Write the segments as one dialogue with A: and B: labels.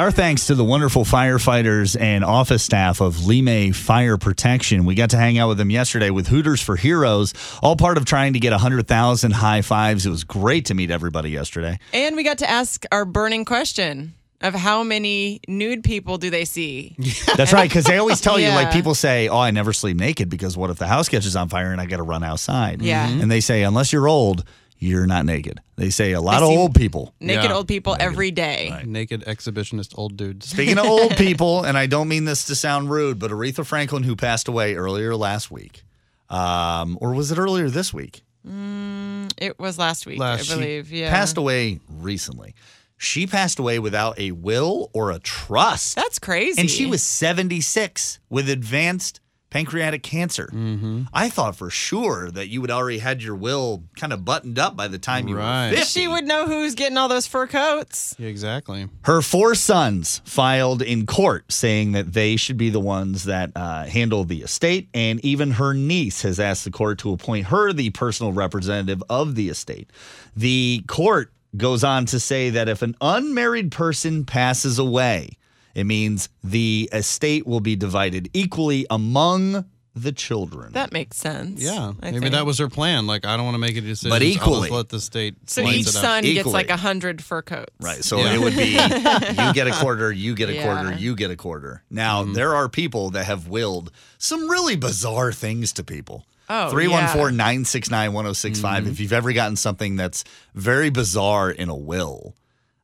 A: Our thanks to the wonderful firefighters and office staff of Lime Fire Protection. We got to hang out with them yesterday with Hooters for Heroes, all part of trying to get 100,000 high fives. It was great to meet everybody yesterday.
B: And we got to ask our burning question of how many nude people do they see?
A: That's right, because they always tell you, like,
B: Yeah.
A: people say, Oh, I never sleep naked because what if the house catches on fire and I got to run outside?
B: Yeah. Mhm.
A: And they say, Unless you're old, you're not naked. They say a lot of
B: see-
A: old people.
B: Naked
C: Yeah.
B: old people every day.
C: Naked exhibitionist old dudes.
A: Speaking of old people, and I don't mean this to sound rude, but Aretha Franklin, who passed away earlier last week, um, or was it earlier this week?
B: It was last week,
C: Last-
B: I
C: she
B: believe. Yeah.
A: Passed away recently. She passed away without a will or a trust.
B: That's crazy.
A: and she was 76 with advanced pancreatic cancer.
B: Mm-hmm.
A: I thought for sure that you would already had your will kind of buttoned up by the time you
C: Right.
A: were 50.
B: She would know who's getting all those fur coats.
C: Yeah, exactly.
A: Her four sons filed in court saying that they should be the ones that uh, handle the estate, and even her niece has asked the court to appoint her the personal representative of the estate. The court goes on to say that if an unmarried person passes away, it means the estate will be divided equally among the children.
B: That makes sense.
C: Yeah,
B: I
C: maybe
B: think.
C: that was her plan. Like, I don't want to make any decisions. I'll just
A: equally.
C: let the state.
B: So
C: lights
B: each
C: it up.
B: son gets
A: Equally.
B: like a hundred fur coats.
A: Right. So
C: Yeah.
A: it would be you get a quarter, you get a quarter,
B: Yeah.
A: you get a quarter. Now, there are people that have willed some really bizarre things to people.
B: Oh,
A: 314 969 1065. If you've ever gotten something that's very bizarre in a will,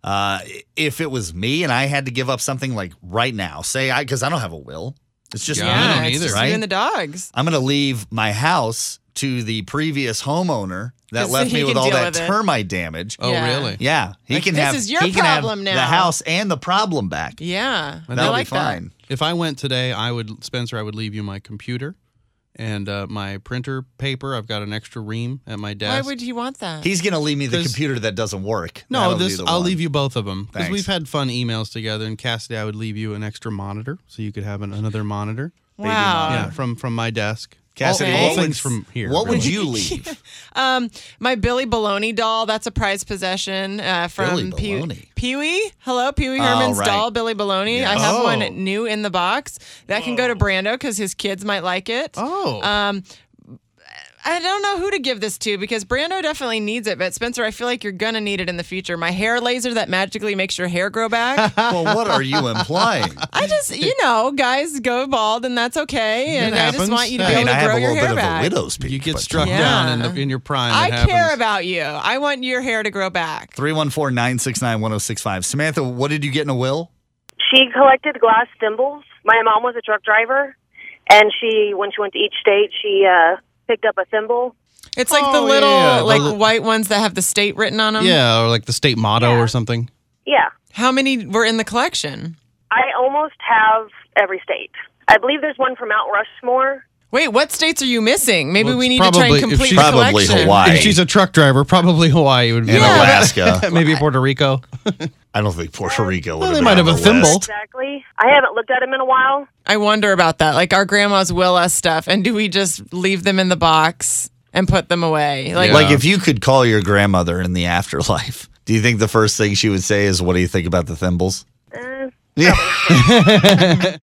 A: uh, if it was me and I had to give up something like right now, say I, because I don't have a will, it's just
C: Yeah,
A: me.
C: I don't
B: it's
C: either.
B: just
A: Right?
B: You and the dogs.
A: I'm going to leave my house to the previous homeowner that
B: 'Cause
A: left
B: he
A: me with
B: can
A: all
B: deal
A: that
B: with it.
A: termite damage.
C: Oh,
B: Yeah.
C: really?
A: Yeah, he can
B: this
A: have.
B: is your
A: he can have
B: problem
A: The
B: now.
A: house and the problem back.
B: Yeah. I
A: That'll
B: like
A: be fine.
C: If I went today, I would Spencer. I would leave you my computer and uh, my printer paper. I've got an extra ream at my
B: that.
C: desk.
B: Why would you want that?
A: He's gonna leave me the
C: 'Cause-
A: computer that doesn't work.
C: No,
A: That'll be
C: this
A: the
C: I'll
A: one.
C: leave you both of them because
A: Thanks.
C: we've had fun emails together. And Cassidy, I would leave you an extra monitor so you could have an, another monitor.
B: wow.
C: yeah, from from my desk.
A: Cassidy,
C: all, all
A: what would-
C: things from here.
A: What would
C: really.
A: you leave?
B: Um, my Billy Baloney doll. That's a prized possession uh,
A: Billy
B: from
A: Baloney.
B: Pee Wee. Hello, Pee Wee
A: Oh,
B: Herman's
A: right.
B: doll, Billy Baloney. I have
C: Oh.
B: one new in the box that can go to Brando because his kids might like it.
C: Oh,
B: Um, I don't know who to give this to because Brando definitely needs it, but Spencer, I feel like you're gonna need it in the future. My hair laser that magically makes your hair grow back.
A: well, what are you implying?
B: I just, you know, guys go bald and that's okay. And I just
C: happens.
B: want you to
C: I
B: be
A: I
C: mean,
B: able
A: mean, I
B: to
A: have
B: grow
A: a
B: your
A: little bit
B: hair
A: of a
B: back.
A: widow's peak.
C: you get
A: but-
C: struck
B: Yeah.
C: down in, the, in your prime.
B: I
C: it happens.
B: care about you. I want your hair to grow back.
A: 314-969-1065. Samantha, what did you get in a will?
D: She collected glass thimbles. My mom was a truck driver, and she, when she went to each state, she uh, picked up a thimble.
B: It's like the
C: Oh,
B: little,
C: yeah, the
B: like
C: li-
B: white ones that have the state written on them.
C: Yeah, or like the state motto or something.
D: Yeah,
B: How many were in the collection?
D: I almost have every state. I believe there's one from Mount Rushmore.
B: Wait, what states are you missing? Maybe
C: Well,
B: we need to try
C: probably-
B: and
C: if
B: complete
C: she's-
B: the
A: Probably
B: collection.
A: Hawaii. I-
C: If she's a truck driver, probably Hawaii would be.
A: In
C: the last.
A: Alaska.
C: Maybe Puerto Rico.
A: I don't think Puerto Rico would
C: Well, they
A: been
C: might
A: on
C: have a
A: the
C: thimble.
A: list.
D: Exactly. I haven't looked at them in a while.
B: I wonder about that. Like our grandmas will us stuff, and do we just leave them in the box and put them away? Like,
C: Yeah.
A: Like if you could call your grandmother in the afterlife, do you think the first thing she would say is, "What do you think about the thimbles?"
D: Uh,
A: Yeah.